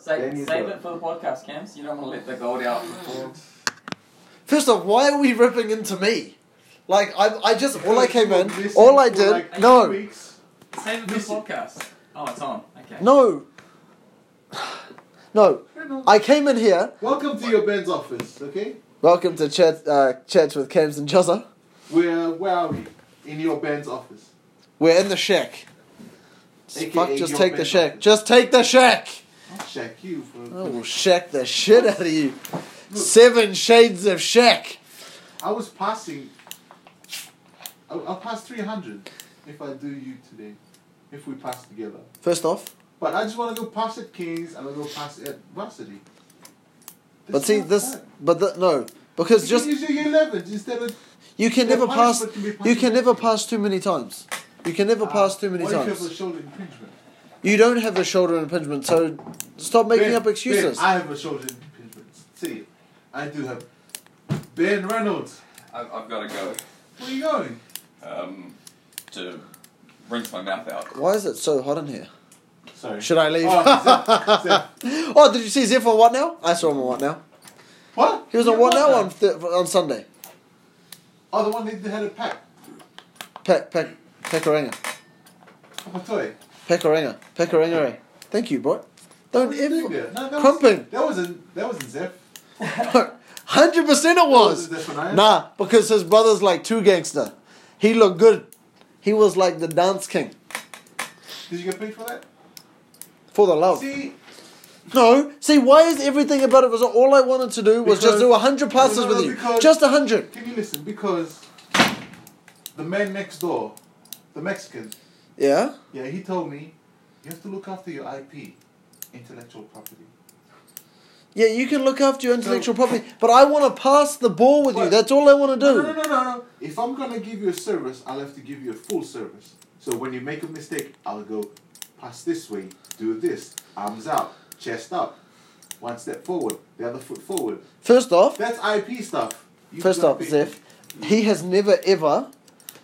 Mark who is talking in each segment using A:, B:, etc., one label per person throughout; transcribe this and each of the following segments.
A: Save,
B: Danny's
A: save
B: got-
A: it for the podcast, Camps. You don't want to let the gold out before.
C: First off, why are we ripping into me? Like I, I just all I came in, all I did. no,
A: Save it for
B: Listen.
A: the podcast. Oh, it's on. Okay.
C: no, no. I came in here.
B: Welcome to your band's office, okay?
C: Welcome to chat, uh, chats with Cams and Jozza.
B: Where, where are we? In your band's office.
C: We're in the shack. Just
B: AKA
C: Fuck, just
B: your
C: take the
B: bed.
C: shack. Just take the shack.
B: Check you for.
C: I will shack the shit out of you. Seven shades of shack.
B: I was passing. I'll, I'll pass 300 if I do you today. If we pass together.
C: First off,
B: But I just want to go past at Kings and I'll go past at Varsity.
C: but see this, but the, no, because
B: It's
C: just
B: just. Use your 11 instead of.
C: you can
B: Your
C: never pass.
B: punishment can be
C: You
B: punishment.
C: can never pass too many times. You can never pass too many
B: what If you have
C: times.
B: a shoulder impingement?
C: You don't have a shoulder impingement, so stop making
B: Ben,
C: up excuses.
B: Ben, I have a shoulder impingement. See, it. I do have. Ben Reynolds,
D: I've, I've got to go
B: where are you going?
D: um, to rinse my mouth out.
C: Why is it so hot in here?
B: Sorry.
C: Should I leave?
B: Oh, Zeph- Zeph-
C: Oh, did you see Zeph on what now? I saw him on what now.
B: what?
C: He was on
B: Yeah,
C: what now on
B: now?
C: th- on Sunday.
B: Oh, the one that had a pack.
C: Pack pack packaranga
B: Kapatoi.
C: packaranga packaranga. Thank you, boy. Don't
B: No,
C: ever.
B: that
C: Crumpin.
B: Was, that wasn't. That wasn't Zeph.
C: Hundred percent, it
B: That
C: was.
B: wasn't Zeph and I.
C: Nah, because his brother's like two gangster. He looked good. He was like the dance king
B: Did you get paid for that?
C: for the love.
B: See,
C: No, see, why is everything about it? Was all I wanted to do was just
B: Because-
C: do hundred passes
B: No, no, no,
C: with you,
B: because-
C: just hundred.
B: can you listen? Because the man next door, the Mexican,
C: Yeah.
B: yeah, he told me you have to look after your IP, intellectual property.
C: Yeah, you can look after your intellectual property, but I want to pass the ball with you.
B: What?
C: That's all I want to
B: No,
C: do.
B: no, no, no, no. If I'm gonna give you a service, I'll have to give you a full service. So when you make a mistake, I'll go pass this way, do this, arms out, chest up, one step forward, the other foot forward.
C: First off,
B: That's IP stuff. You
C: first
B: gotta
C: off,
B: pick-
C: Zeph, he has never ever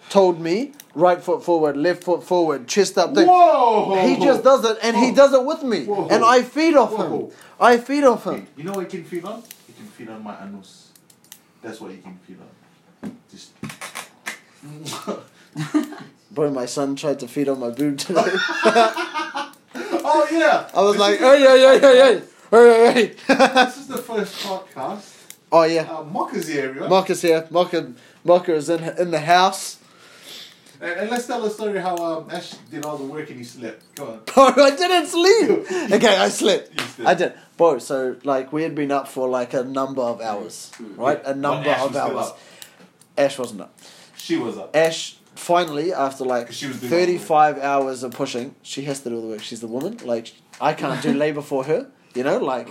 C: told me right foot forward, left foot forward, chest up. Thing.
B: Whoa!
C: He just does it, and he
B: Whoa.
C: does it with me,
B: Whoa.
C: and I feed off
B: Whoa.
C: him. I feed off him.
B: You know what you can feel on? You can feel on my anus. That's what you can feel on. Just.
C: Bro, my son tried to feed on my boob today.
B: oh yeah!
C: I was
B: This
C: like,
B: is,
C: hey, hey, hey, hey, hey, hey, hey.
B: this is the first podcast.
C: oh yeah,
B: Uh, Mockers here, everyone.
C: Marcus here. Marcus, Marcus is in in the house.
B: and, and let's tell the story how um, Ash did all the work and he slept. Come on.
C: Bro, I didn't sleep. Okay, I slept.
B: You slept.
C: I did. Bro, so like we had been up for like a number of hours, right? A
B: But
C: number
B: Mm-hmm. Ash was
C: of
B: still
C: hours.
B: up.
C: Ash wasn't up.
B: She was up.
C: Ash finally, after like
B: 'Cause she was doing all the work.
C: 35 hours of pushing, she has to do all the work. She's the woman. Like I can't do labor for her. You know, like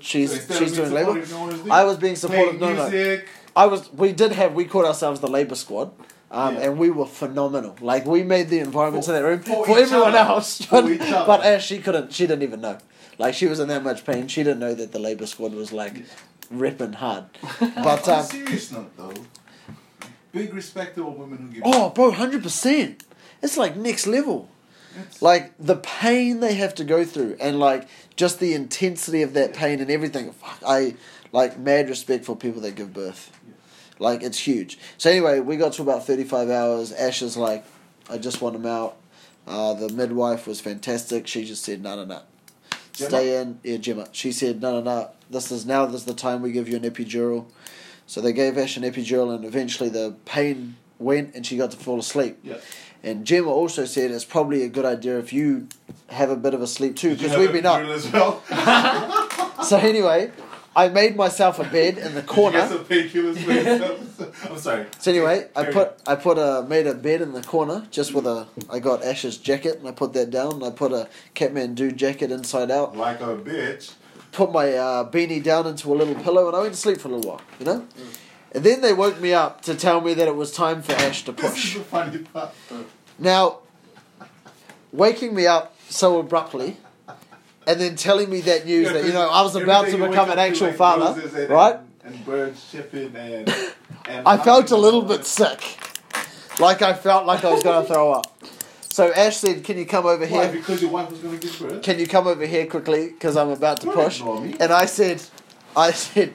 C: she's
B: Mm-hmm, So instead of
C: she's
B: being
C: doing labor.
B: supportive, no one was doing-
C: I was being supportive.
B: playing
C: No, no.
B: music.
C: I was. We did have. We called ourselves the Labour Squad, um,
B: Yeah.
C: and we were phenomenal. Like we made the environment
B: For-
C: in that room for,
B: for each
C: everyone
B: other.
C: else,
B: For
C: but,
B: each other.
C: but Ash, she couldn't. She didn't even know. Like she was in that much pain. She didn't know that the Labour Squad was like ripping hard. But
B: On a
C: um,
B: serious note, though, big respect to all women who give.
C: oh, bro, hundred percent. It's like next level.
B: It's-
C: Like the pain they have to go through, and like just the intensity of that pain and everything. Fuck, I like mad respect for people that give birth. Like it's huge. So anyway, we got to about thirty-five hours. Ash is like, I just want him out. Uh, the midwife was fantastic. She just said, no, no, no,
B: Gemma?
C: stay in. Yeah, Gemma. She said, no, no, no. This is now. This is the time we give you an epidural. So they gave Ash an epidural, and eventually the pain went, and she got to fall asleep.
B: Yeah.
C: And Gemma also said it's probably a good idea if you have a bit of a sleep too,
B: Did you
C: because
B: have
C: we've
B: a
C: been
B: drill
C: up.
B: As well.
C: So anyway, I made myself a bed in the corner.
B: Did you get some painkillers? I'm sorry.
C: So anyway, I
B: Very
C: put I put a made a bed in the corner just with a I got Ash's jacket and I put that down and I put a Kathmandu jacket inside out.
B: Like a bitch.
C: Put my uh, beanie down into a little pillow and I went to sleep for a little while, you know.
B: Mm.
C: And then they woke me up to tell me that it was time for Ash to
B: This is
C: push.
B: the funny part.
C: Now, waking me up so abruptly and then telling me that news
B: Yeah,
C: that you
B: 'cause
C: know I was
B: every
C: about
B: day
C: to
B: you
C: become
B: wake
C: an
B: up to,
C: actual
B: like,
C: father,
B: roses and-
C: right?
B: And birds chipping and. and
C: I felt a little bit sick. Like I felt like I was going to throw up. So Ash said, "Can you come over
B: Why?
C: here?
B: Because your wife was going to give birth?
C: Can you come over here quickly? Because I'm about to
B: Don't
C: push."
B: ignore me.
C: And I said, "I said,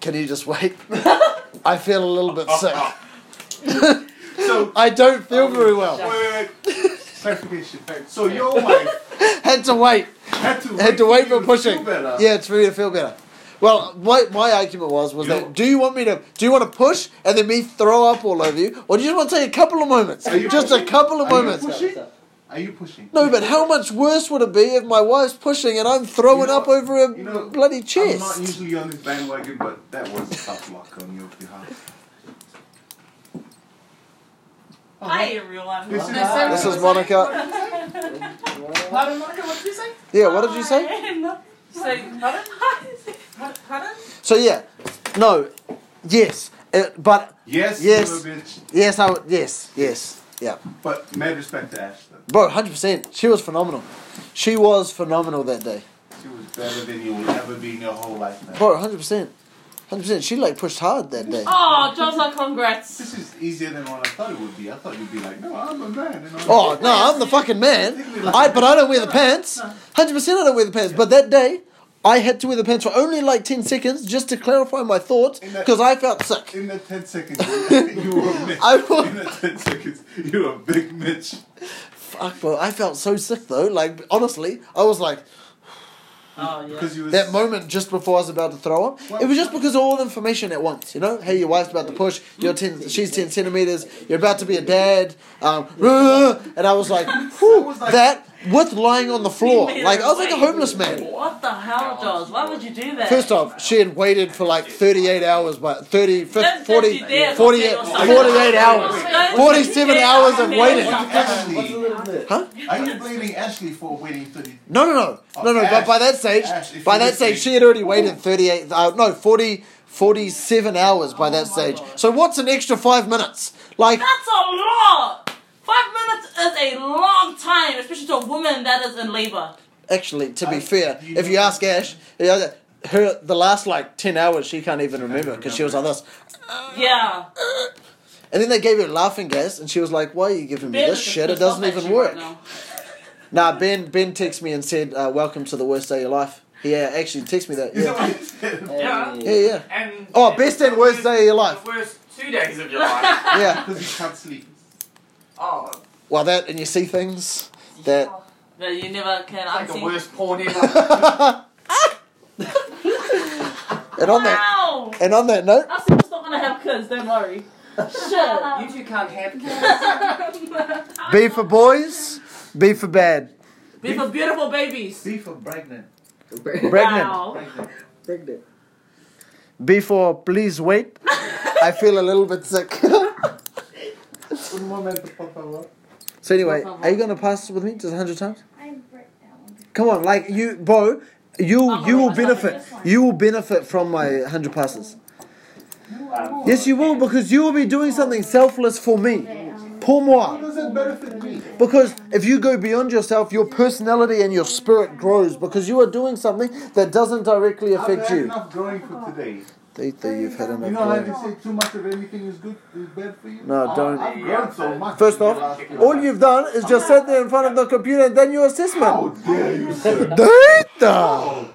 C: can you just wait? I feel a little bit sick.
B: So,
C: I don't feel very well.
B: Oh, wait, wait, wait. Clarification. So your wife
C: Had to wait.
B: had to
C: Had to wait for
B: you feel
C: pushing.
B: better.
C: Yeah, it's for me to feel better." Well, my, my argument was was
B: You know-
C: that do you want me to do you want to push and then me throw up all over you, or do you just want to take a couple of moments,
B: Are you
C: just a
B: pushing?
C: couple of
B: Are you
C: moments?
B: pushing? Are you pushing?
C: No, but how much worse would it be if my wife's pushing and I'm throwing
B: You know-
C: up over her
B: you know,
C: bloody
B: I'm not
C: chest?
B: usually on this bandwagon, but that was a tough luck on your behalf. Oh,
E: I didn't realize.
B: This is-
E: That's so
C: This is
E: exciting.
C: Monica.
F: Pardon, Monica, what did you say?
C: Yeah, what did you say?
F: So, pardon? Pardon?
C: So yeah, no, yes, Uh but
B: Yes,
C: Yes.
B: you were a bitch.
C: yes, I would, yes, yes, yeah,
B: But mad respect to Ash, though.
C: bro, hundred percent. She was phenomenal. She was phenomenal that day,
B: She was better than you will ever be in your whole life, man.
C: bro, hundred percent, hundred percent. She like pushed hard that day.
F: Oh, John's like, congrats.
B: This is easier than what I thought it would be. I thought you'd be like, no, I'm a man. And I'm
C: Oh no, I'm the fucking man. I but I don't wear the pants. Hundred percent, I don't wear the pants. But that day, I had to wear the pants for only like ten seconds just to clarify my thoughts because I felt sick.
B: In the 10 seconds, you were a Mitch.
C: I was-
B: In the 10 seconds, you were a big Mitch.
C: Fuck, bro, I felt so sick though. Like honestly, I was like
F: Oh, yeah.
B: Because you was
C: that moment just before I was about to throw up. It was just because of all the information at once. You know, hey, your wife's about to push. You're ten. She's ten centimeters. You're about to be a dad. Um, and I was like, whew, that with lying on the floor. Like I was like a homeless man.
F: What the hell, Jaws? Why would you do that?
C: First off, she had waited for like 38 hours, but 30,
F: Don't
C: 50, 40,
F: you dare
C: 48,
F: look at
C: 48 hours.
F: Don't
C: 47
F: you dare
C: hours of
F: look at
C: waiting.
F: yourself.
B: Ashley.
C: Huh?
B: Are you blaming Ashley for waiting 30?
C: No, no, no. No, no, but by that stage,
B: Ash, if
C: by
B: you
C: that
B: just
C: stage,
B: say-
C: she had already waited 38, uh, no, 40, 47 hours by that
F: my
C: stage.
F: God.
C: So what's an extra five minutes? Like,
F: That's a lot! Five minutes is a long time, especially to a woman that is in labor.
C: actually, to be
B: I-
C: fair,
B: you
C: if you
B: know-
C: ask Ash, you know, her, the last like 10 hours, she can't even remember because she was like this.
F: Yeah.
C: And then they gave her laughing gas, and she was like, "Why are you giving me
F: Ben
C: this
F: is
C: shit? It
F: pissed off
C: doesn't
F: at
C: even
F: you
C: work."
F: right now.
C: Nah, Ben. Ben texted me and said, uh, "Welcome to the worst day of your life." Yeah, actually, texted me that.
B: Is that
C: Yeah,
B: what you said?
F: Yeah.
C: yeah, yeah.
G: And
C: Oh, best and worst day of your life.
G: The worst two days of your life.
C: Yeah.
B: Because you can't sleep.
G: oh,
C: Well, that and you see things that.
F: But you never can
G: like the
F: unsee.
G: worst porn ever.
C: And on that.
F: Wow!
C: And on that note,
F: I'm just not gonna have kids, don't worry. Shit.
G: you two can't have kids.
C: B for boys, B for bad.
F: These are beautiful babies.
B: See for pregnant.
C: Pregnant.
F: Wow.
E: Pregnant.
C: B for please wait. I feel a little bit sick.
B: Wouldn't want that to pop out.
C: so anyway, are you gonna pass with me just a hundred times?
E: I break that one.
C: Come on, like you, bro. You
F: I'm
C: you will
F: gonna stop at
C: benefit.
F: this one.
C: You will benefit from my hundred passes. Yes, you will because you will be doing something selfless for me,
E: um,
C: pour
B: How
C: moi.
B: does that benefit me?
C: Because if you go beyond yourself, your personality and your spirit grows because you are doing something that doesn't directly
B: I've
C: affect
B: had
C: you.
B: enough growing for today.
C: Tita, you've had
B: You know how
C: enough.
B: they
C: growing.
B: say too much of anything is good is bad for you?
C: No, don't.
B: I've grown so much.
C: First
B: in the
C: off,
B: last year.
C: all you've done is just sat there in front of the computer and done your assessment.
B: How dare you, sir?
C: Tita!
B: How